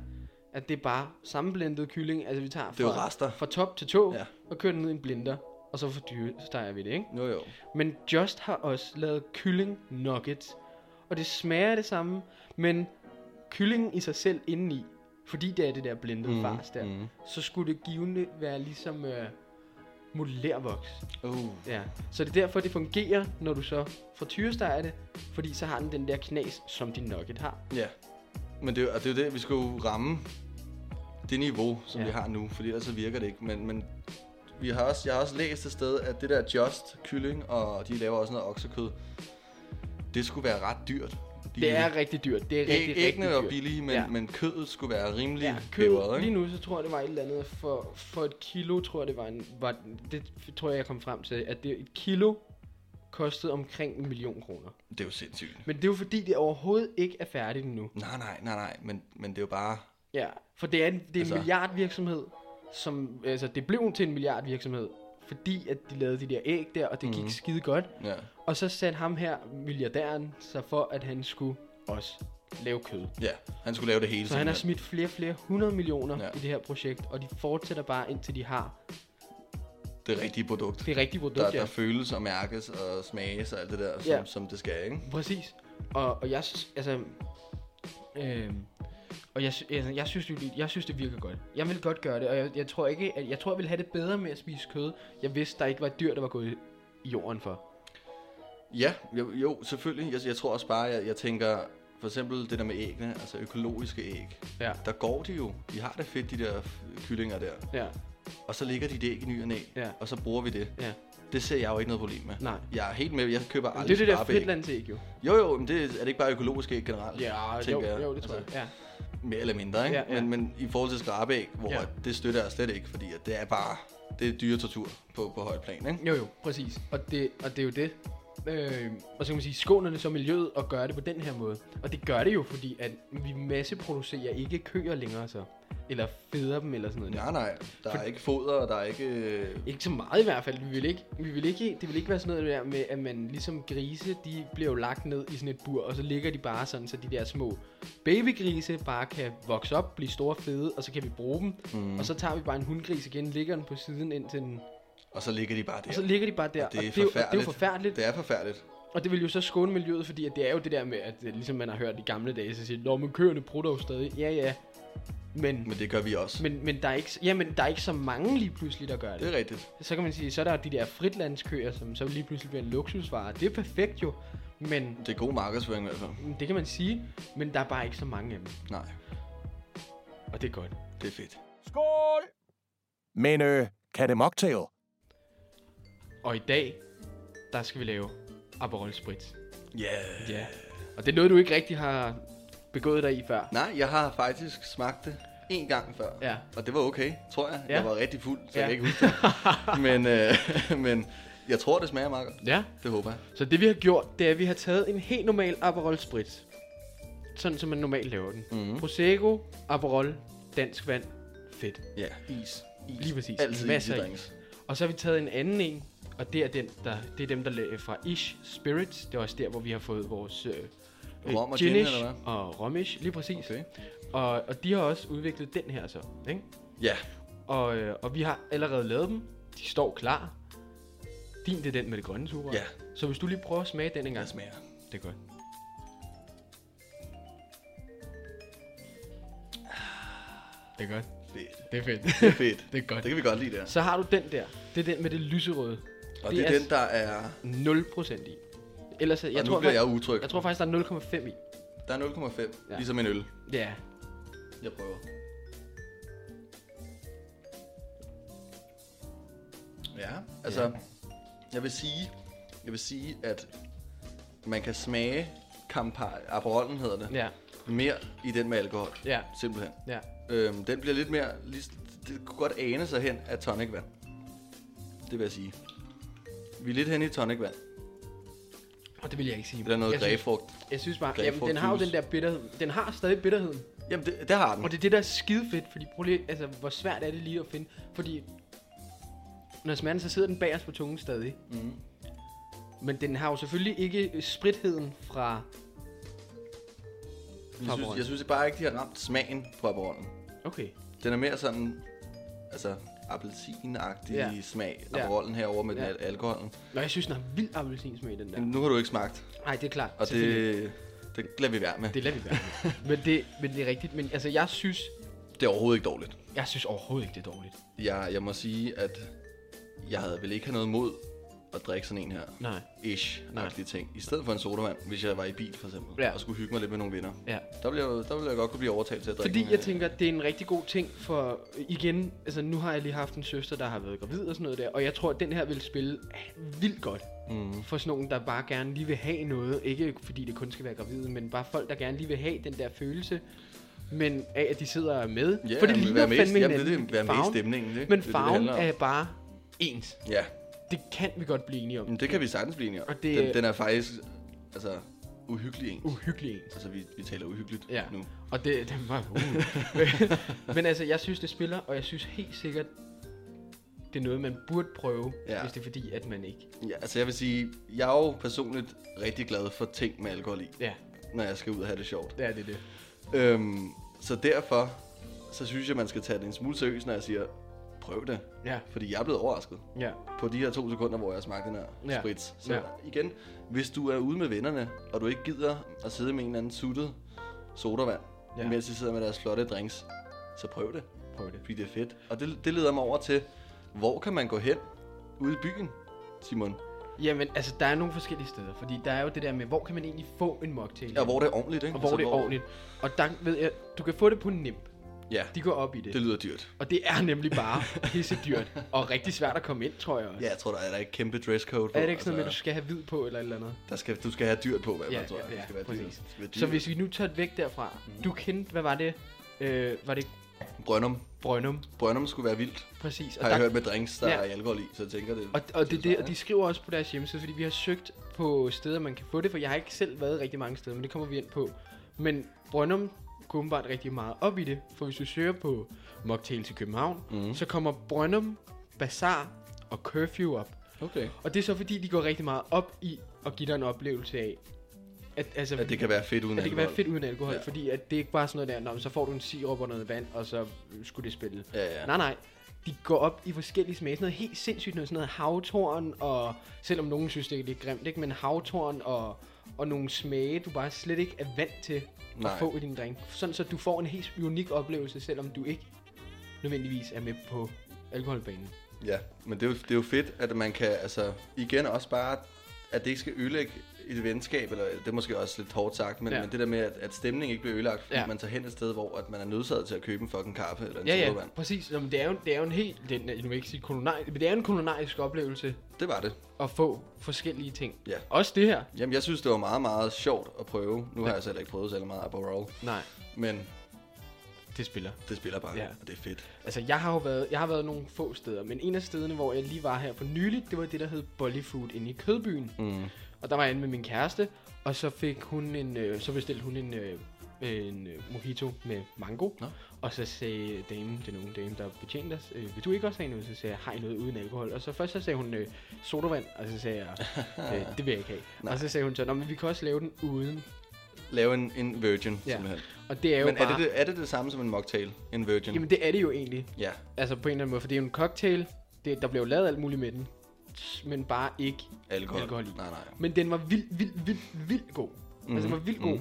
Speaker 3: at det er bare sammenblendet kylling. Altså, vi tager
Speaker 4: Det er jo
Speaker 3: fra-
Speaker 4: rester.
Speaker 3: fra top til tå, ja.
Speaker 4: Ja.
Speaker 3: og kører den ned i en blender, og så fordyrer vi det, ikke?
Speaker 4: Jo, jo.
Speaker 3: Men Just har også lavet kylling nuggets, og det smager af det samme, men kyllingen i sig selv indeni, fordi det er det der blendede
Speaker 4: Mm-hmm.
Speaker 3: mm, fars der, mm. så skulle det givende være ligesom øh, molærvoks.
Speaker 4: Uh.
Speaker 3: Ja. Så det er derfor, det fungerer, når du så fortyresteger det, fordi så har den den der knas, som din nugget har.
Speaker 4: Ja, men det, er jo- og det er jo det, vi skal jo ramme det niveau, som
Speaker 3: Ja.
Speaker 4: ja. vi har nu, fordi ellers så virker det ikke. Men, men vi har også, jeg har også læst et sted, at det der Just kylling, og de laver også noget oksekød, det skulle være ret dyrt. De,
Speaker 3: Det er rigtig dyrt. Det er rigtig,
Speaker 4: æg, æggene var
Speaker 3: rigtig dyrt.
Speaker 4: billige, men,
Speaker 3: Ja.
Speaker 4: ja. men kødet skulle være rimelig
Speaker 3: Ja, kød, lige nu så tror jeg, det var et eller andet for, for et kilo, tror jeg, det var, en, var det tror jeg, jeg kom frem til, at det, et kilo kostede omkring en million kroner.
Speaker 4: Det er jo sindssygt.
Speaker 3: Men det er jo fordi, det overhovedet ikke er færdigt endnu.
Speaker 4: Nej, nej, nej, nej, men, men det er jo bare...
Speaker 3: Ja, for det er en, det er altså.
Speaker 4: Altså.
Speaker 3: en milliardvirksomhed, som, altså det blev til en milliardvirksomhed, fordi at de lavede de der æg der, og det mm. gik skide godt.
Speaker 4: Ja.
Speaker 3: Og så satte ham her, milliardæren, sig for, at han skulle også lave kød.
Speaker 4: ja, han skulle lave det hele.
Speaker 3: Så han har
Speaker 4: simpelthen.
Speaker 3: smidt flere flere hundrede millioner ja.
Speaker 4: Ja.
Speaker 3: i det her projekt, og de fortsætter bare indtil de har
Speaker 4: det rigtige produkt,
Speaker 3: det rigtige produkt.
Speaker 4: der,
Speaker 3: ja.
Speaker 4: der føles og mærkes og smages og alt det der, som,
Speaker 3: Ja.
Speaker 4: ja. som det skal, ikke?
Speaker 3: Præcis. Og, og jeg synes, altså... Øh, og jeg, sy- altså, jeg, synes, det, jeg synes, det virker godt. Jeg vil godt gøre det, og jeg, jeg tror ikke, at, jeg tror, jeg ville have det bedre med at spise kød. Jeg vidste, der ikke var et dyr, der var gået i jorden for.
Speaker 4: Ja, jo, jo selvfølgelig. Jeg, jeg tror også bare, jeg, jeg tænker, for eksempel det der med æggene, altså økologiske æg.
Speaker 3: Ja.
Speaker 4: Der går de jo. De har det fedt, de der f- kyllinger der.
Speaker 3: Ja.
Speaker 4: og så ligger de det æg i ny og næ,
Speaker 3: Ja.
Speaker 4: og så bruger vi det.
Speaker 3: Ja.
Speaker 4: Det ser jeg jo ikke noget problem med.
Speaker 3: Nej.
Speaker 4: Jeg er helt med, jeg køber
Speaker 3: Men det
Speaker 4: aldrig
Speaker 3: er det der
Speaker 4: skarpe æg.
Speaker 3: fritlandsæg jo.
Speaker 4: Jo, jo, men det, er det ikke bare økologisk æg generelt? tænker jeg. Altså,
Speaker 3: Ja.
Speaker 4: Mere eller mindre, ikke?
Speaker 3: Ja, ja.
Speaker 4: Men, men i forhold til skrabeæg, hvor
Speaker 3: Ja.
Speaker 4: ja. det støtter jeg slet ikke, fordi at det er bare det er dyretortur på, på højt plan, ikke?
Speaker 3: Jo, jo, præcis. Og det, og det er jo det. Øh, og så kan man sige, skånerne så miljøet og gøre det på den her måde. Og det gør det jo, fordi at vi masseproducerer ikke køer længere så. Eller feder dem eller sådan noget. der.
Speaker 4: Nej, nej, der er ikke foder, og der er ikke... øh,
Speaker 3: Ikke så meget i hvert fald. Vi vil ikke, vi vil ikke, det vil ikke være sådan noget der med, at man ligesom grise, de bliver jo lagt ned i sådan et bur, og så ligger de bare sådan, så de der små babygrise bare kan vokse op, blive store og fede, og så kan vi bruge dem. Mm. Og så tager vi bare en hundgris igen, ligger den på siden indtil den,
Speaker 4: Og så ligger de bare der.
Speaker 3: og så ligger de bare der.
Speaker 4: og det er,
Speaker 3: og det, er jo, og det er jo forfærdeligt.
Speaker 4: Det er forfærdeligt.
Speaker 3: Og det vil jo så skåne miljøet, fordi at det er jo det der med, at øh, ligesom man har hørt i gamle dage, så siger de, "Nå, men køerne prutter jo stadig. Ja, ja. Men,
Speaker 4: Men det gør vi også. Men...
Speaker 3: men, men, der, er ikke, ja, men der er ikke så mange lige pludselig, der gør
Speaker 4: Det
Speaker 3: det.
Speaker 4: er rigtigt.
Speaker 3: Så kan man sige, så er der jo de der fritlandskøer, som så lige pludselig bliver en luksusvare. Det er perfekt jo, men
Speaker 4: Det er god markedsføring i hvert fald.
Speaker 3: men det kan man sige, men der er bare ikke så mange af dem.
Speaker 4: Nej,
Speaker 3: Og det er godt.
Speaker 4: det er fedt.
Speaker 1: Skål! Men øh, kan det mocktail?
Speaker 3: Og i dag, der skal vi lave Aperol Spritz.
Speaker 4: Ja.
Speaker 3: Ja. Yeah. Og det er noget, du ikke rigtig har begået dig i før.
Speaker 4: Nej, jeg har faktisk smagt det en gang før.
Speaker 3: Ja.
Speaker 4: Og det var okay, tror jeg.
Speaker 3: Ja.
Speaker 4: Ja. Jeg var rigtig fuld, så
Speaker 3: Ja.
Speaker 4: ja. jeg kan ikke huske det. men, øh, men jeg tror, det smager meget godt.
Speaker 3: Ja.
Speaker 4: Det håber jeg.
Speaker 3: Så det vi har gjort, det er, at vi har taget en helt normal Aperol Spritz. Sådan som man normalt laver den. Mm. Prosecco, Aperol, dansk vand, fedt.
Speaker 4: Ja, is. is.
Speaker 3: Lige præcis. Masser
Speaker 4: Altid Masser
Speaker 3: af
Speaker 4: is
Speaker 3: is.
Speaker 4: i drinks.
Speaker 3: Og så har vi taget en anden en, og det er, den, der, det er dem, der er fra Ish Spirits. Det er også der, hvor vi har fået vores øh, øh,
Speaker 4: Rom og gin,
Speaker 3: ginish
Speaker 4: eller hvad?
Speaker 3: og romish, lige præcis.
Speaker 4: Okay.
Speaker 3: Og, og de har også udviklet den her så, ikke?
Speaker 4: Ja,
Speaker 3: Og, øh, og vi har allerede lavet dem. De står klar. Din, det er den med det grønne sugerør.
Speaker 4: Ja.
Speaker 3: Så hvis du lige prøver at smage den en gang.
Speaker 4: jeg smager.
Speaker 3: Det er godt.
Speaker 4: Ah.
Speaker 3: Det er godt.
Speaker 4: Fedt.
Speaker 3: Det er fedt.
Speaker 4: Det er fedt.
Speaker 3: Det er godt.
Speaker 4: Det kan vi godt lide der.
Speaker 3: Så har du den der. Det er den med det lyserøde.
Speaker 4: Og det er den, der er...
Speaker 3: der... 0% i. Ellers, er- jeg
Speaker 4: Jeg og nu
Speaker 3: tror,
Speaker 4: bliver
Speaker 3: jeg...
Speaker 4: jeg utryg.
Speaker 3: jeg tror faktisk, der er 0,5 i.
Speaker 4: Der er 0,5.
Speaker 3: Ja.
Speaker 4: Ja. Ligesom en øl.
Speaker 3: Ja.
Speaker 4: Jeg prøver. Ja, altså, ja. jeg vil sige, jeg vil sige, at man kan smage Campari, Aperolen hedder det,
Speaker 3: Ja.
Speaker 4: mere i den med alkohol.
Speaker 3: Ja.
Speaker 4: Simpelthen.
Speaker 3: Ja.
Speaker 4: Øhm, den bliver lidt mere, lige, det kunne godt ane sig hen af tonicvand. Det vil jeg sige. Vi er lidt hen i tonicvand.
Speaker 3: Og det vil jeg ikke sige.
Speaker 4: Det er noget
Speaker 3: jeg synes,
Speaker 4: græfrugt.
Speaker 3: jeg synes bare, jamen,
Speaker 4: grapefruit
Speaker 3: den har jo
Speaker 4: juice. Mm.
Speaker 3: den der bitterhed. Den har stadig bitterheden.
Speaker 4: Jamen, det, det har den.
Speaker 3: Og det er det, der er skide fedt, fordi prøv lige, altså, hvor svært er det lige at finde, fordi når jeg smager den, så sidder den bagerst på tungen stadig. Mm. Men den har jo selvfølgelig ikke øh, spritheden fra...
Speaker 4: Jeg synes, jeg synes bare ikke, de har ramt smagen på Aperolen.
Speaker 3: Okay.
Speaker 4: Den er mere sådan, altså appelsinagtig
Speaker 3: Ja.
Speaker 4: ja. smag,
Speaker 3: Ja.
Speaker 4: Aperolen herover med
Speaker 3: Ja.
Speaker 4: ja. den al- alkoholen.
Speaker 3: Nå, jeg synes, den har vild appelsinsmag, den der.
Speaker 4: Men nu har du ikke smagt,
Speaker 3: Nej, det er klart.
Speaker 4: Mm. og
Speaker 3: selvfølgelig.
Speaker 4: det, det lader vi være med. Det,
Speaker 3: Det lader vi være. med. men, det, men det er rigtigt. Men altså, jeg synes,
Speaker 4: det er overhovedet ikke dårligt.
Speaker 3: jeg synes overhovedet ikke, det er dårligt.
Speaker 4: Jeg, jeg må sige, at jeg havde vel ikke have noget mod at drikke sådan en her.
Speaker 3: Nej.
Speaker 4: ish agtige ting. I stedet for en sodavand, hvis jeg var i bil for eksempel,
Speaker 3: Ja.
Speaker 4: ja. og skulle hygge mig lidt med nogle venner.
Speaker 3: Ja.
Speaker 4: Der ville, jeg, der ville jeg godt kunne blive overtalt til at drikke.
Speaker 3: Fordi
Speaker 4: en,
Speaker 3: jeg
Speaker 4: øh,
Speaker 3: tænker, det er en rigtig god ting for, igen, altså nu har jeg lige haft en søster, der har været gravid og sådan noget der, og jeg tror, at den her vil spille vildt godt mm. for sådan nogen, der bare gerne lige vil have noget. Ikke fordi det kun skal være gravide, men bare folk, der gerne lige vil have den der følelse, men af at de sidder med.
Speaker 4: Ja,
Speaker 3: for det
Speaker 4: men
Speaker 3: ligner
Speaker 4: være med i-
Speaker 3: fandme
Speaker 4: jamen,
Speaker 3: hinanden.
Speaker 4: det er det, være med i
Speaker 3: Farven-
Speaker 4: stemningen, det- det er
Speaker 3: Men
Speaker 4: det, det
Speaker 3: farven
Speaker 4: handler om.
Speaker 3: er bare ens.
Speaker 4: Ja,
Speaker 3: Det kan vi godt blive enige om.
Speaker 4: men det kan vi sagtens blive enige om.
Speaker 3: Og det-
Speaker 4: Den, den er faktisk altså, uhyggelig en.
Speaker 3: Uhyggelig ens.
Speaker 4: Altså, vi, vi taler uhyggeligt
Speaker 3: Ja,
Speaker 4: nu.
Speaker 3: og det, det var uh. Men altså, jeg synes, det spiller, og jeg synes helt sikkert, det er noget, man burde prøve, ja.
Speaker 4: Ja.
Speaker 3: hvis det er fordi, at man ikke...
Speaker 4: Ja, altså jeg vil sige, jeg er jo personligt rigtig glad for ting med alkohol i,
Speaker 3: Ja,
Speaker 4: når jeg skal ud og have det sjovt.
Speaker 3: det er det det.
Speaker 4: Øhm, så derfor, så synes jeg, man skal tage det en smule seriøst, når jeg siger, prøv det.
Speaker 3: Ja,
Speaker 4: Fordi jeg er blevet overrasket.
Speaker 3: ja,
Speaker 4: på de her to sekunder, hvor jeg smagte den her
Speaker 3: Ja.
Speaker 4: ja. sprit. Så
Speaker 3: Ja.
Speaker 4: ja. igen, hvis du er ude med vennerne, og du ikke gider at sidde med en eller anden suttet sodavand,
Speaker 3: Ja.
Speaker 4: ja. mens de sidder med deres flotte drinks, så prøv det,
Speaker 3: prøv det.
Speaker 4: fordi det er fedt. Og det, det leder mig over til, hvor kan man gå hen ude i byen, Simon?
Speaker 3: Jamen, altså, der er nogle forskellige steder, fordi der er jo det der med, hvor kan man egentlig få en mocktail?
Speaker 4: Ja, hvor det er ordentligt, ikke?
Speaker 3: og hvor det er ordentligt. Og der ved jeg, du kan få det på Nimp.
Speaker 4: Ja,
Speaker 3: De går op i det.
Speaker 4: det lyder dyrt.
Speaker 3: Og det er nemlig bare pisse dyrt. Og rigtig svært at komme ind, tror jeg også.
Speaker 4: Ja, jeg tror, der er der er et kæmpe dresscode på. Altså,
Speaker 3: Er det ikke sådan noget med, at du skal have hvid på eller et eller andet?
Speaker 4: der skal, du skal have dyrt på, hvad
Speaker 3: Ja,
Speaker 4: ja, tror jeg.
Speaker 3: ja,
Speaker 4: Det skal være
Speaker 3: præcis.
Speaker 4: dyrt. Det skal være
Speaker 3: Så
Speaker 4: dyrt.
Speaker 3: hvis vi nu tager det væk derfra.
Speaker 4: Mm.
Speaker 3: Du kendte, hvad var det? Øh, var det
Speaker 4: Brøndum.
Speaker 3: Brønum?
Speaker 4: Brøndum skulle være vildt,
Speaker 3: Præcis. Og,
Speaker 4: har jeg
Speaker 3: der,
Speaker 4: hørt med drinks, der
Speaker 3: Ja.
Speaker 4: ja. er alkohol i, så jeg tænker det.
Speaker 3: og, og det, er det, og de skriver også på deres hjemmeside, fordi vi har søgt på steder, man kan få det, for jeg har ikke selv været rigtig mange steder, men det kommer vi ind på. Men Brønum går åbenbart rigtig meget op i det, for hvis du søger på mocktails i København, mm. så kommer Brønum, Bazaar og Curfew op.
Speaker 4: Okay.
Speaker 3: Og det er så fordi, de går rigtig meget op i at give dig en oplevelse af, at, altså,
Speaker 4: At det kan være fedt uden
Speaker 3: at det kan være fedt uden alkohol, ja.
Speaker 4: Ja.
Speaker 3: fordi at det er ikke bare sådan noget der, "Nå, men så får du en sirup og noget vand, og så øh, skulle det spille.
Speaker 4: Ja, ja.
Speaker 3: Nej, nej. De går op i forskellige smage. Sådan noget helt sindssygt noget. Sådan noget havtorn, og selvom nogen synes, det er lidt grimt, ikke? men havtorn og, og nogle smage, du bare slet ikke er vant til at
Speaker 4: Nej.
Speaker 3: få i din drink. Sådan så du får en helt unik oplevelse, selvom du ikke nødvendigvis er med på alkoholbanen.
Speaker 4: Ja, men det er, jo, det er jo fedt, at man kan, altså, igen også bare, at det ikke skal ødelægge et venskab, eller det er måske også lidt hårdt sagt, men,
Speaker 3: Ja.
Speaker 4: ja. men det der med, at, at stemningen ikke bliver ødelagt, fordi
Speaker 3: Ja.
Speaker 4: ja. man tager hen et sted, hvor at man er nødsaget til at købe en fucking kaffe eller en
Speaker 3: Ja, ja,
Speaker 4: sodavand.
Speaker 3: præcis. Jamen, det, er jo, det er jo en helt, det er, jeg vil ikke sige kolonaj, men det er en kolonarisk oplevelse
Speaker 4: Det var det.
Speaker 3: at få forskellige ting.
Speaker 4: Ja.
Speaker 3: Også det her.
Speaker 4: Jamen, jeg synes, det var meget, meget sjovt at prøve. Nu har jeg selv ikke prøvet særlig meget Aperol,
Speaker 3: Nej,
Speaker 4: men
Speaker 3: det spiller.
Speaker 4: det spiller bare,
Speaker 3: Ja.
Speaker 4: ja. og det er fedt.
Speaker 3: Altså, jeg har jo været, jeg har været nogle få steder, men en af stederne, hvor jeg lige var her for nyligt, det var det, der hed Bollyfood inde i Kødbyen.
Speaker 4: Mm.
Speaker 3: Og der var jeg inde med min kæreste, og så fik hun en, øh, så bestilte hun en, øh, en øh, mojito med mango.
Speaker 4: Nå.
Speaker 3: Og så sagde damen, den unge dame, der betjente os, øh, vil du ikke også have noget? Så sagde jeg, har I noget uden alkohol? Og så først så sagde hun øh, sodavand, og så sagde jeg, øh, det vil jeg ikke have. og så sagde hun så, Nå, men vi kan også lave den uden.
Speaker 4: Lave en, en virgin,
Speaker 3: Ja.
Speaker 4: ja. simpelthen.
Speaker 3: Og det er jo
Speaker 4: Men
Speaker 3: bare,
Speaker 4: er det, det, er det det samme som en mocktail? En virgin?
Speaker 3: jamen det er det jo egentlig.
Speaker 4: Ja.
Speaker 3: Altså på en eller anden måde, for det er jo en cocktail. Det, der blev jo lavet alt muligt med den. Men bare ikke.
Speaker 4: Alkohol.
Speaker 3: Alkohol i.
Speaker 4: Nej, nej.
Speaker 3: Men den var vild, vild, vild, vild god. Mm-hmm. Altså den var vildt god.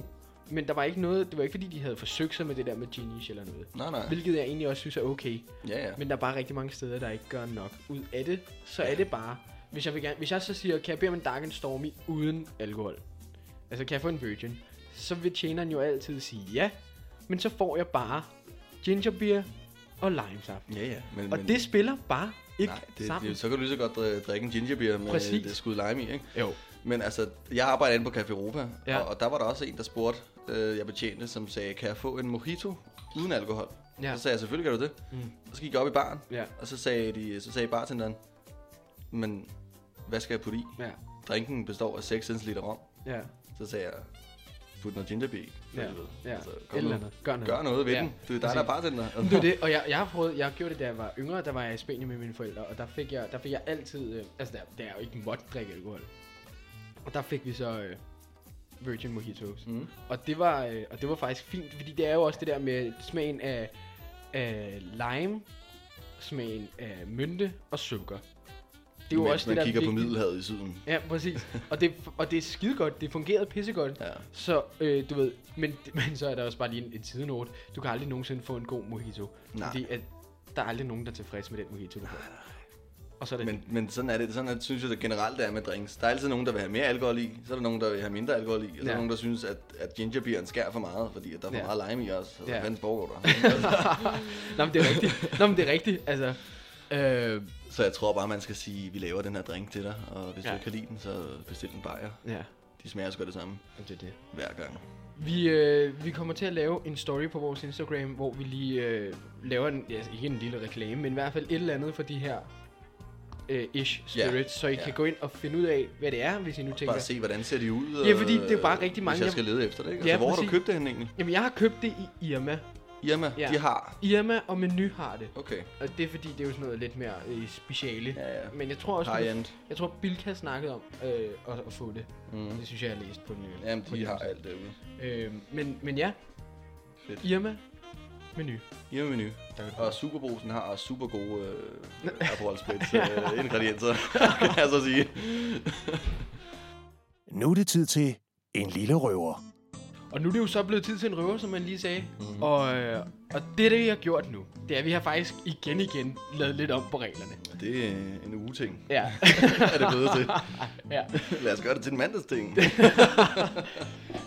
Speaker 3: Men der var ikke noget, det var ikke fordi, de havde forsøgt sig med det der med genies eller noget.
Speaker 4: Nej, nej.
Speaker 3: Hvilket jeg egentlig også synes er okay.
Speaker 4: Ja, ja.
Speaker 3: Men der er bare rigtig mange steder, der ikke gør nok ud af det. Så er det bare, hvis jeg, vil gerne, hvis jeg så siger, kan jeg bede om en dark and stormy uden alkohol? Altså kan jeg få en virgin? Så vil tjeneren jo altid sige ja. Men så får jeg bare ginger beer og limesaft.
Speaker 4: Ja, ja. Men,
Speaker 3: Og
Speaker 4: men,
Speaker 3: det spiller bare ikke
Speaker 4: Nej, det,
Speaker 3: sammen.
Speaker 4: det, så kan du lige så godt øh, drikke en gingerbeer med
Speaker 3: Præcis.
Speaker 4: Præcis. det skud lime i, ikke?
Speaker 3: Jo.
Speaker 4: Men altså, jeg arbejder inde på Café Europa,
Speaker 3: Ja.
Speaker 4: ja. og, og der var der også en, der spurgte, øh, jeg betjente, som sagde, kan jeg få en mojito uden alkohol?
Speaker 3: Ja.
Speaker 4: Ja. Så sagde jeg, selvfølgelig kan du det. Mm. Og så gik jeg op i baren,
Speaker 3: Ja.
Speaker 4: og så sagde, de, så sagde bartenderen, men hvad skal jeg putte i?
Speaker 3: Ja, drinken
Speaker 4: Drinken består af 6 centiliter rom.
Speaker 3: ja,
Speaker 4: Så sagde jeg, put noget gingerbeer i. for
Speaker 3: ja,
Speaker 4: helvede."
Speaker 3: ja.
Speaker 4: Altså,
Speaker 3: Et
Speaker 4: kom
Speaker 3: eller
Speaker 4: nu.
Speaker 3: andet. Gør noget.
Speaker 4: Gør noget ved
Speaker 3: Ja,
Speaker 4: ja. den. Det er dig, der er bartender.
Speaker 3: Det var det, og jeg, jeg har prøvet, jeg gjorde det, da jeg var yngre, der var jeg i Spanien med mine forældre, og der fik jeg, der fik jeg altid, øh, altså der, der er jo ikke måtte drikke alkohol. Og der fik vi så øh, Virgin Mojitos. Mm. Og, det var, øh, og det var faktisk fint, fordi det er jo også det der med smagen af, af lime, smagen af mynte og sukker. Det er jo
Speaker 4: Mens
Speaker 3: også
Speaker 4: man
Speaker 3: det, der er
Speaker 4: kigger på
Speaker 3: vigtigt.
Speaker 4: Middelhavet i syden.
Speaker 3: Ja, præcis. Og det, og det er skidegodt. Det fungerede pissegodt.
Speaker 4: Ja.
Speaker 3: Så, øh, du ved, men, men så er der også bare lige en, en sidenote. Du kan aldrig nogensinde få en god mojito.
Speaker 4: Nej.
Speaker 3: Fordi at der er aldrig nogen, der er tilfreds med den mojito, du får. Og så er det...
Speaker 4: Men, men sådan er det. Sådan er, det, synes jeg det generelt er med drinks. Der er altid nogen, der vil have mere alkohol i. Så er der nogen, der vil have mindre alkohol i. Og så er der
Speaker 3: Ja.
Speaker 4: nogen, der synes, at, at gingerbeeren skærer for meget, fordi at der er for
Speaker 3: Ja.
Speaker 4: meget lime i os. Altså,
Speaker 3: Ja.
Speaker 4: ja. Hvad foregår der?
Speaker 3: Nå, men det er rigtigt. Nå, men det er rigtigt. Altså, øh,
Speaker 4: så jeg tror bare, man skal sige, vi laver den her drink til dig. Og hvis
Speaker 3: Ja.
Speaker 4: ja. du ikke kan lide den, så bestil en bajer.
Speaker 3: ja,
Speaker 4: De smager sgu af det samme
Speaker 3: det er det.
Speaker 4: hver gang.
Speaker 3: Vi, øh, vi kommer til at lave en story på vores Instagram, hvor vi lige øh, laver en, altså ikke en lille reklame, men i hvert fald et eller andet for de her øh, ish spirits, yeah. så I
Speaker 4: ja.
Speaker 3: kan gå ind og finde ud af, hvad det er, hvis I nu tænker...
Speaker 4: Bare se, hvordan ser de ud.
Speaker 3: Ja,
Speaker 4: og, øh,
Speaker 3: fordi det er bare rigtig mange,
Speaker 4: Hvis
Speaker 3: jeg-
Speaker 4: jeg skal lede efter det. Ikke?
Speaker 3: Ja,
Speaker 4: Altså, hvor har du
Speaker 3: præcis.
Speaker 4: købt det hen egentlig?
Speaker 3: Jamen, jeg har købt det i Irma.
Speaker 4: Irma,
Speaker 3: Ja.
Speaker 4: ja. de har.
Speaker 3: Irma og Menu har det.
Speaker 4: Okay.
Speaker 3: Og det er fordi, det er jo sådan noget lidt mere øh, speciale.
Speaker 4: Ja, ja.
Speaker 3: Men jeg tror også,
Speaker 4: High-end.
Speaker 3: jeg tror Bilka snakkede om øh, at, at få det. Mm. Det synes jeg, jeg har læst på den. øh,
Speaker 4: Jamen,
Speaker 3: på
Speaker 4: de har
Speaker 3: hjemmesiden.
Speaker 4: alt derude.
Speaker 3: Øh, men, men ja,
Speaker 4: Fedt.
Speaker 3: Irma, Menu.
Speaker 4: Irma menu. Og Superbrosen har også super gode øh, Aperol Spritz øh, ingredienser, kan jeg så sige.
Speaker 1: Nu er det tid til en lille røver.
Speaker 3: Og nu er det jo så blevet tid til en røver, som man lige sagde.
Speaker 4: Mhm.
Speaker 3: Mm. Og, øh, og det er det, vi har gjort nu. Det er, at vi har faktisk igen igen lavet lidt om på reglerne.
Speaker 4: Det er øh, en ugeting.
Speaker 3: Ja.
Speaker 4: er det blevet til.
Speaker 3: ja.
Speaker 4: Lad os gøre det til en mandagsting.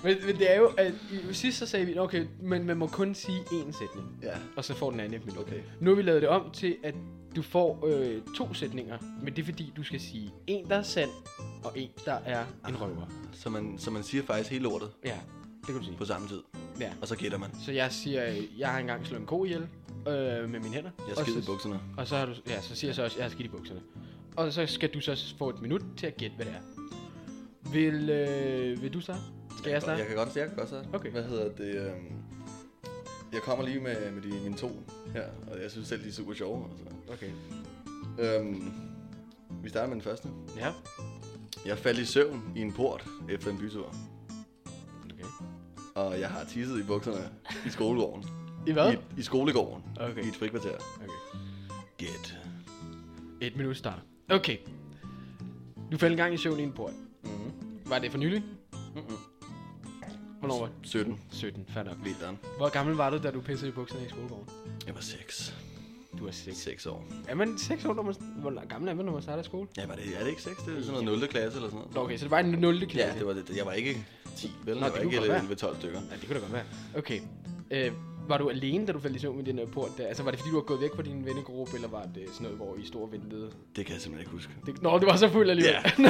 Speaker 3: Men, men det er jo, at i- sidst så sagde vi, okay, men man må kun sige én sætning.
Speaker 4: ja.
Speaker 3: Og så får den anden et minut.
Speaker 4: Okay.
Speaker 3: Nu har vi lavet det om til, at du får øh, to sætninger. Men det er fordi, du skal sige en, der er sand, og en, der er en røver.
Speaker 4: Så man, så man siger faktisk hele lortet
Speaker 3: Ja, det kan du sige.
Speaker 4: på samme tid.
Speaker 3: Ja.
Speaker 4: Og så gætter man.
Speaker 3: Så jeg siger, øh, jeg har engang slået en ko ihjel øh, med mine hænder.
Speaker 4: Jeg
Speaker 3: Og
Speaker 4: skider i
Speaker 3: så-
Speaker 4: bukserne.
Speaker 3: Og så, har du, ja, så siger jeg så også, at jeg har skidt i bukserne. Og så skal du så få et minut til at gætte, hvad det er. Vil, øh, vil du starte? Skal jeg starte?
Speaker 4: Jeg kan godt, jeg kan godt starte.
Speaker 3: Okay.
Speaker 4: Hvad hedder det? øhm, Jeg kommer lige med, med de, mine to her, og jeg synes selv, de er super sjove. Altså.
Speaker 3: Okay.
Speaker 4: Øhm, vi starter med den første.
Speaker 3: Ja.
Speaker 4: Jeg faldt i søvn i en port efter en bytur,
Speaker 3: Okay.
Speaker 4: og jeg har tisset i bukserne i skolegården.
Speaker 3: I hvad?
Speaker 4: I, I skolegården.
Speaker 3: Okay.
Speaker 4: I et frikvarter.
Speaker 3: Okay.
Speaker 4: Gæt.
Speaker 3: Et minut starter. Okay. Du faldt en gang i søvn i en port.
Speaker 4: Mhm.
Speaker 3: Var det for nylig?
Speaker 4: Mhm.
Speaker 3: Hvornår var det?
Speaker 4: 17.
Speaker 3: 17, fair nok.
Speaker 4: Vinteren.
Speaker 3: Hvor gammel var du, da du pissede i bukserne i skolegården?
Speaker 4: Jeg var 6.
Speaker 3: Du er 6.
Speaker 4: 6 år.
Speaker 3: Er man 6 år, når man... Hvor gammel er man, når man starter i skole?
Speaker 4: Ja, var det, er det ikke 6? Det er sådan noget 0. klasse eller sådan noget.
Speaker 3: Nå, okay, så det var i 0. klasse.
Speaker 4: Ja, det var det. Jeg var ikke 10, vel?
Speaker 3: Nå,
Speaker 4: jeg
Speaker 3: det
Speaker 4: var
Speaker 3: kunne godt være.
Speaker 4: ikke 11-12 stykker.
Speaker 3: Ja, det kunne da godt være. Okay. Øh, var du alene, da du faldt i søvn med den øh, port der? Altså, var det fordi, du var gået væk fra din vennegruppe, eller var det sådan noget, hvor I stod og ventede?
Speaker 4: Det kan jeg simpelthen ikke huske.
Speaker 3: Det, nå, du var så fuld alligevel.
Speaker 4: Ja.
Speaker 3: Nå.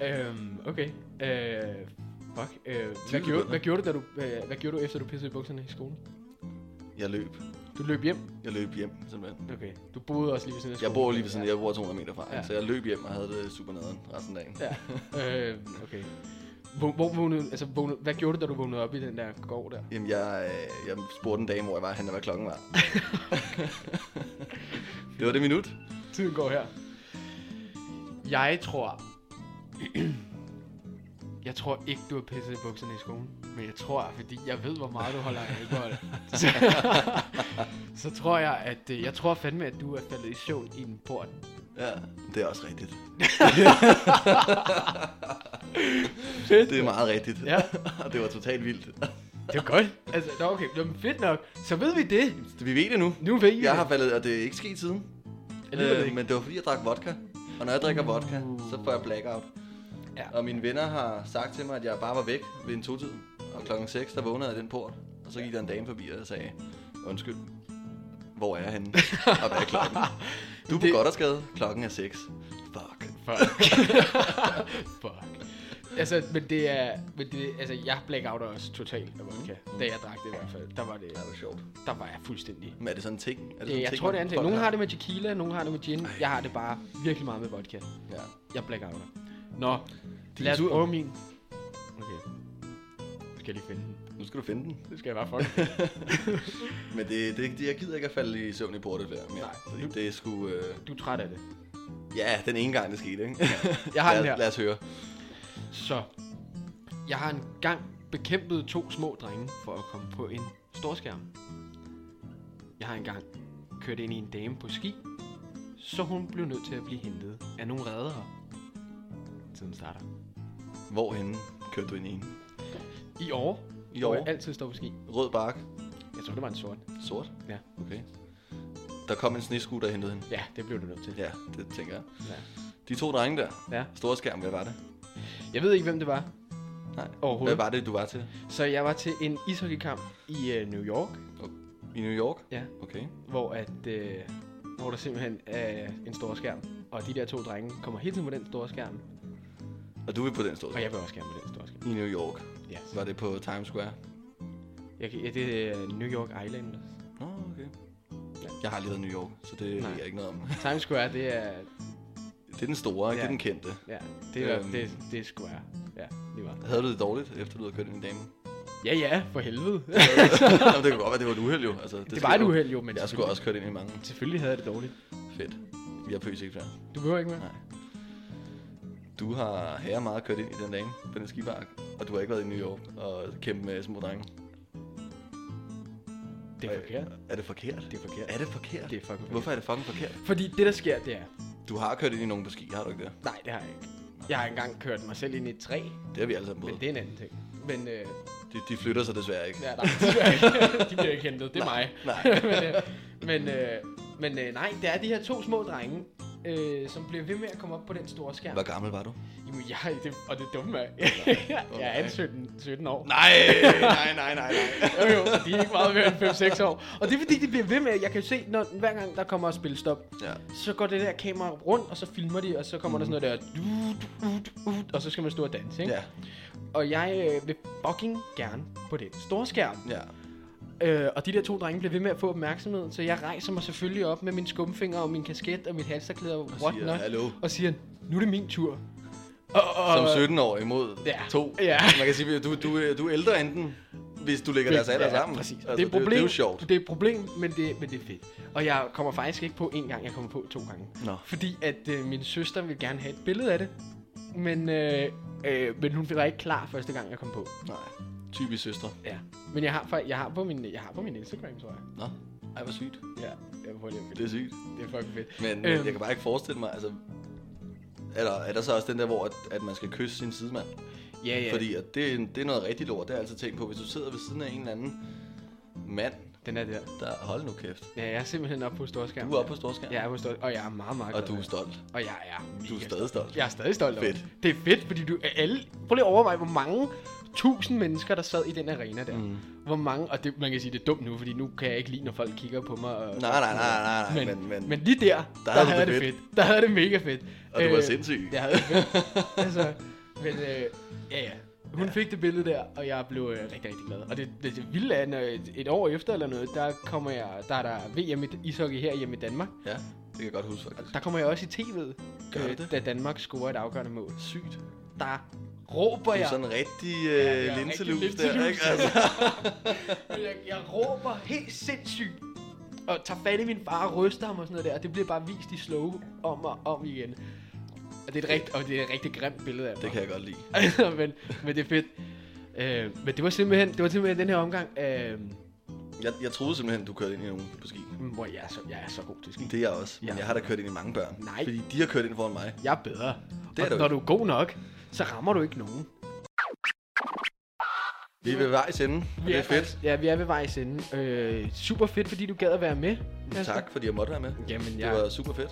Speaker 3: okay. øhm, okay. Øh, fuck. Øh, hvad,
Speaker 4: Tidligt
Speaker 3: gjorde,
Speaker 4: begynder.
Speaker 3: hvad, gjorde du, da du, øh, hvad gjorde du, efter du pissede i bukserne i skolen?
Speaker 4: Jeg løb.
Speaker 3: Du løb hjem?
Speaker 4: Jeg løb hjem, simpelthen.
Speaker 3: Okay. Du boede også lige ved siden af
Speaker 4: Jeg
Speaker 3: skolen?
Speaker 4: bor lige ved sådan, jeg bor 200 meter fra,
Speaker 3: Ja.
Speaker 4: ja. så jeg løb hjem og havde det super nederen resten af dagen.
Speaker 3: Ja. ja. øh, okay. Hvor, hvor vågnede, altså, vågnede, hvad gjorde du, da du vågnede op i den der gård der?
Speaker 4: Jamen, jeg, øh, jeg spurgte en dame, hvor jeg var henne, og hvad klokken var. det var det minut.
Speaker 3: Tiden går her. Jeg tror... Jeg tror ikke, du har pisset i bukserne i skolen. Men jeg tror, fordi jeg ved, hvor meget du holder af alkohol. så, så tror jeg, at... øh, Jeg tror fandme, at du er faldet i søvn i en port.
Speaker 4: Ja, det er også rigtigt.
Speaker 3: Fedt.
Speaker 4: Det er meget rigtigt.
Speaker 3: Ja.
Speaker 4: Og det var totalt vildt.
Speaker 3: Det er godt. Altså, nå okay. Jamen, fedt nok. Så ved vi det.
Speaker 4: Vi ved det nu.
Speaker 3: Nu ved I
Speaker 4: Jeg har
Speaker 3: det.
Speaker 4: faldet, og det er ikke sket siden. Øh,
Speaker 3: Alligevel ikke. Uh.
Speaker 4: men det var fordi, jeg drak vodka. Og når jeg drikker vodka, så får jeg blackout.
Speaker 3: Ja.
Speaker 4: Og mine venner har sagt til mig, at jeg bare var væk ved en totid. Og klokken 6, der vågnede jeg i den port. Og så gik der en dame forbi, og jeg sagde, undskyld, hvor er jeg henne? Og hvad er klokken? Du er på
Speaker 3: Det-
Speaker 4: det... godt og skade. Klokken er 6. Fuck.
Speaker 3: Fuck. Fuck. Altså, men det er... Men det, altså, jeg blackouter også totalt af vodka. Da jeg drak det i hvert fald. Der var det...
Speaker 4: Det var sjovt.
Speaker 3: Der var jeg fuldstændig
Speaker 4: Men er det sådan en ting? Er det sådan
Speaker 3: Øh,
Speaker 4: en
Speaker 3: jeg
Speaker 4: ting,
Speaker 3: tror, det er en
Speaker 4: man-
Speaker 3: ting.
Speaker 4: folk
Speaker 3: Nogle har det med tequila, nogle har det med gin. Jeg har det bare virkelig meget med vodka.
Speaker 4: Ja.
Speaker 3: Jeg blackouter. Nå,
Speaker 4: Din
Speaker 3: lad os
Speaker 4: tur.
Speaker 3: prøve min. Okay. Nu skal jeg lige finde den.
Speaker 4: Nu skal du finde den.
Speaker 3: Nu skal jeg bare fuck.
Speaker 4: Men det, det, jeg gider ikke at falde i søvn i portet flere mere.
Speaker 3: Nej.
Speaker 4: Fordi det er sgu... Øh...
Speaker 3: Du er træt af det.
Speaker 4: Ja, den ene gang, det skete, ikke?
Speaker 3: Jeg har
Speaker 4: lad,
Speaker 3: den her.
Speaker 4: Lad os høre.
Speaker 3: Så, jeg har engang bekæmpet to små drenge for at komme på en storskærm. Jeg har engang kørt ind i en dame på ski, så hun blev nødt til at blive hentet af nogle redere. Tiden starter.
Speaker 4: Hvorhenne kørte du ind i en?
Speaker 3: I år,
Speaker 4: I
Speaker 3: hvor
Speaker 4: år?
Speaker 3: jeg altid står på ski.
Speaker 4: Rød bark.
Speaker 3: Jeg tror, det var en sort.
Speaker 4: Sort?
Speaker 3: Ja.
Speaker 4: Okay. Der kom en sneskuter og hentede hende.
Speaker 3: Ja, det blev du nødt til.
Speaker 4: Ja, det tænker jeg.
Speaker 3: Ja.
Speaker 4: De to drenge der.
Speaker 3: Ja.
Speaker 4: Store skærm, hvad var det?
Speaker 3: Jeg ved ikke, hvem det var
Speaker 4: Nej. Hvad
Speaker 3: overhovedet.
Speaker 4: var det, du var til?
Speaker 3: Så jeg var til en ishockeykamp i øh, New York,
Speaker 4: I New York?
Speaker 3: ja,
Speaker 4: Okay.
Speaker 3: hvor, at, øh, hvor der simpelthen er en stor skærm. Og de der to drenge kommer hele tiden på den store skærm,
Speaker 4: Og du vil på den store
Speaker 3: og
Speaker 4: skærm?
Speaker 3: jeg vil også gerne på den store skærm.
Speaker 4: I New York.
Speaker 3: Ja,
Speaker 4: Var det på Times Square?
Speaker 3: jeg, kan- ja det er øh, New York Island.
Speaker 4: Nå, okay.
Speaker 3: Ja.
Speaker 4: Jeg har aldrig været i New York, så det
Speaker 3: Nej.
Speaker 4: ved jeg ikke noget om.
Speaker 3: Times Square, det er,
Speaker 4: Det er den store,
Speaker 3: Ja.
Speaker 4: ikke? Det er den kendte.
Speaker 3: ja, det er,
Speaker 4: Øhm.
Speaker 3: det, det er Square. Ja, lige meget.
Speaker 4: Havde du det dårligt, efter du havde kørt ind i damen?
Speaker 3: Ja, ja, for helvede.
Speaker 4: Jamen, det kan godt være, det var et uheld jo. Altså,
Speaker 3: det
Speaker 4: sker
Speaker 3: var et
Speaker 4: jo.
Speaker 3: uheld jo, men
Speaker 4: Jeg skulle også kørt ind i mange.
Speaker 3: selvfølgelig havde jeg det dårligt.
Speaker 4: Fedt. Vi har pøs ikke flere.
Speaker 3: Du behøver ikke mere.
Speaker 4: Nej. Du har herre meget kørt ind i den dame på den skibark, og du har ikke været i New York og kæmpet med små drenge.
Speaker 3: Det er
Speaker 4: Og-
Speaker 3: forkert.
Speaker 4: Er det forkert?
Speaker 3: Det er forkert.
Speaker 4: Er det forkert?
Speaker 3: Det er fucking
Speaker 4: Hvorfor er det fucking forkert?
Speaker 3: Fordi det, der sker, det er...
Speaker 4: Du har kørt ind i nogen på ski, har du ikke det?
Speaker 3: Nej, det har jeg ikke.
Speaker 4: Nej.
Speaker 3: Jeg har engang kørt mig selv ind i et træ,
Speaker 4: Det har vi alle sammen
Speaker 3: men
Speaker 4: prøvet.
Speaker 3: det er en anden ting. Men øh,
Speaker 4: De, de flytter sig desværre ikke.
Speaker 3: ja, nej, de bliver ikke, de bliver ikke hentet. Det er mig.
Speaker 4: Nej.
Speaker 3: men øh, men, øh, men øh, nej, det er de her to små drenge, øh, som bliver ved med at komme op på den store skærm.
Speaker 4: Hvor gammel var du?
Speaker 3: Jamen, jeg, det, og det dumme er, jeg er
Speaker 4: nej.
Speaker 3: 17, 17 år.
Speaker 4: Nej, nej, nej, nej, nej.
Speaker 3: Jo, jo, de er ikke meget mere end 5-6 år. Og det er fordi, de bliver ved med, jeg kan jo se, når, hver gang der kommer et spilstop,
Speaker 4: Ja.
Speaker 3: så går det der kamera rundt, og så filmer de, og så kommer mm. der sådan noget der, du, du, du, du, og så skal man stå og danse, ikke?
Speaker 4: Ja,
Speaker 3: Og jeg øh, vil fucking gerne på den store skærm.
Speaker 4: ja.
Speaker 3: Øh, og de der to drenge bliver ved med at få opmærksomheden, så jeg rejser mig selvfølgelig op med min skumfinger og min kasket og mit halsterklæde og what
Speaker 4: siger,
Speaker 3: not,
Speaker 4: "Hallo."
Speaker 3: og siger, nu er det min tur. Og, og,
Speaker 4: Som 17 år imod
Speaker 3: Ja.
Speaker 4: to.
Speaker 3: Ja.
Speaker 4: Man kan sige, at du, du, er- du er ældre end den, hvis du lægger deres alder
Speaker 3: Ja,
Speaker 4: sammen.
Speaker 3: Præcis.
Speaker 4: Altså,
Speaker 3: det er et problem,
Speaker 4: Det, er jo sjovt.
Speaker 3: Det er et problem, men det, men det er fedt. Og jeg kommer faktisk ikke på én gang, jeg kommer på to gange.
Speaker 4: Nå.
Speaker 3: Fordi at øh, min søster vil gerne have et billede af det. Men, øh, øh, men hun var ikke klar første gang, jeg kom på.
Speaker 4: Nej. Typisk søstre.
Speaker 3: Ja. Men jeg har, fa- jeg har, på, min, jeg har på min Instagram, tror jeg.
Speaker 4: Nå. Ej, hvor sygt.
Speaker 3: Ja, jeg prøver lige at
Speaker 4: Det
Speaker 3: finde
Speaker 4: er sygt.
Speaker 3: det. Det er fucking fedt.
Speaker 4: Men øhm. jeg kan bare ikke forestille mig, altså... Er der, er der så også den der, hvor at, at man skal kysse sin sidemand?
Speaker 3: Ja, ja. Fordi...
Speaker 4: Fordi at det, er en- det er noget rigtig lort, det har jeg altid tænkt på. Hvis du sidder ved siden af en eller anden mand,
Speaker 3: Den er der.
Speaker 4: der... Hold nu kæft.
Speaker 3: Ja, jeg er simpelthen oppe på storskærm.
Speaker 4: Du er oppe på storskærm,
Speaker 3: Jeg er på storskærm, og jeg er meget, meget
Speaker 4: og
Speaker 3: glad
Speaker 4: du er
Speaker 3: af det.
Speaker 4: stolt.
Speaker 3: Og jeg er
Speaker 4: Du er
Speaker 3: mega
Speaker 4: stadig stolt.
Speaker 3: Jeg er stadig stolt over
Speaker 4: Fedt.
Speaker 3: det. Det er fedt, fordi du alle... Prøv lige at overveje, hvor mange tusind mennesker, der sad i den arena der. Mm. Hvor mange... Og det, man kan sige, det er dumt nu, fordi nu kan jeg ikke lide, når folk kigger på mig. Og,
Speaker 4: Nej, nej, nej, nej, nej,
Speaker 3: Men,
Speaker 4: men-
Speaker 3: men,
Speaker 4: men-
Speaker 3: men, men lige der, der, der
Speaker 4: havde du
Speaker 3: havde jeg
Speaker 4: det
Speaker 3: det fedt. fedt. Der havde jeg det mega fedt.
Speaker 4: Og du var sindssyg.
Speaker 3: Jeg havde det fedt. altså, men øh, ja, ja. Hun ja. fik det billede der, og jeg blev øh, rigtig, rigtig glad. Og det, det, det vilde er, når et, et år efter eller noget, der kommer jeg, der er der VM i ishockey her hjemme i Danmark.
Speaker 4: Ja, det kan jeg godt huske faktisk.
Speaker 3: Der kommer jeg også i tv'et,
Speaker 4: Gør du det?
Speaker 3: da Danmark scorer et afgørende mål
Speaker 4: Sygt.
Speaker 3: der råber
Speaker 4: Du
Speaker 3: jeg.
Speaker 4: er sådan en rigtig øh, ja,
Speaker 3: jeg er
Speaker 4: linselus
Speaker 3: rigtig
Speaker 4: der,
Speaker 3: linselus.
Speaker 4: ikke? Altså,
Speaker 3: Jeg, jeg råber helt sindssygt. Og tager fat i min far og ryster ham og sådan noget der. Og det bliver bare vist i slow om og om igen. Og det er et, rigt, og det er et rigtig grimt billede af mig.
Speaker 4: det kan jeg godt lide.
Speaker 3: jeg. men, men det er fedt. Øh, men det var simpelthen, det var simpelthen den her omgang, øh,
Speaker 4: Jeg, jeg troede simpelthen, du kørte ind i nogen på ski.
Speaker 3: hvor jeg er, så, jeg er så god til ski.
Speaker 4: Det er jeg også, men ja.
Speaker 3: Ja.
Speaker 4: jeg har da kørt ind i mange børn.
Speaker 3: Nej.
Speaker 4: Fordi de har kørt ind foran mig.
Speaker 3: Jeg er bedre.
Speaker 4: Det
Speaker 3: og
Speaker 4: er du
Speaker 3: når
Speaker 4: ikke.
Speaker 3: du er god nok, så rammer du ikke nogen.
Speaker 4: Vi er ved vejs ende, og det er fedt.
Speaker 3: faktisk- Ja, vi er ved vejs ende. Øh, super fedt, fordi du gad at være med. Kasper.
Speaker 4: Tak, fordi jeg måtte være med.
Speaker 3: Jamen,
Speaker 4: Det
Speaker 3: jeg...
Speaker 4: var super fedt.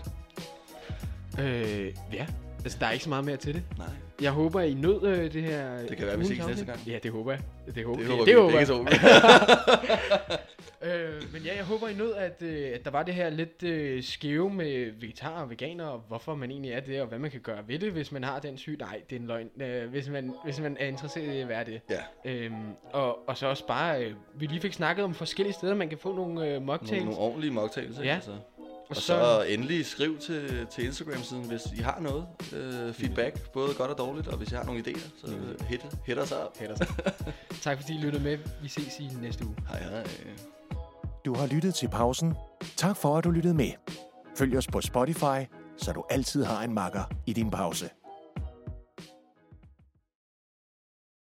Speaker 3: Øh, ja. Altså, der er ikke så meget mere til det.
Speaker 4: Nej.
Speaker 3: Jeg håber, I nød øh, det her...
Speaker 4: Det kan være, vi
Speaker 3: ugens
Speaker 4: ses næste
Speaker 3: afsnit.
Speaker 4: gang.
Speaker 3: Ja, det håber jeg. Det håber,
Speaker 4: Det
Speaker 3: det
Speaker 4: håber
Speaker 3: det
Speaker 4: vi
Speaker 3: håber
Speaker 4: begge
Speaker 3: jeg.
Speaker 4: to.
Speaker 3: Øh, men ja, jeg håber, I nød, at, øh, at der var det her lidt øh, skæve med vegetarer og veganer, og hvorfor man egentlig er det, og hvad man kan gøre ved det, hvis man har den syg. Nej, det er en løgn. Øh, hvis, man, hvis man er interesseret i at være det.
Speaker 4: Ja,
Speaker 3: Øhm, og, og så også bare, øh, vi lige fik snakket om forskellige steder, man kan få nogle øh,
Speaker 4: nogle,
Speaker 3: mocktails.
Speaker 4: nogle ordentlige mocktails. ikke?
Speaker 3: Ja.
Speaker 4: Altså.
Speaker 3: og
Speaker 4: Og så endelig skriv til, til Instagram-siden, hvis I har noget øh, feedback, både godt og dårligt, og hvis I har nogle idéer, så
Speaker 3: Mm.
Speaker 4: øh, hit, hit os op.
Speaker 3: Peter, tak fordi I lyttede med. Vi ses i næste uge.
Speaker 4: Hej, hej.
Speaker 1: Du har lyttet til pausen. Tak for, at du lyttede med. Følg os på Spotify, så du altid har en makker i din pause.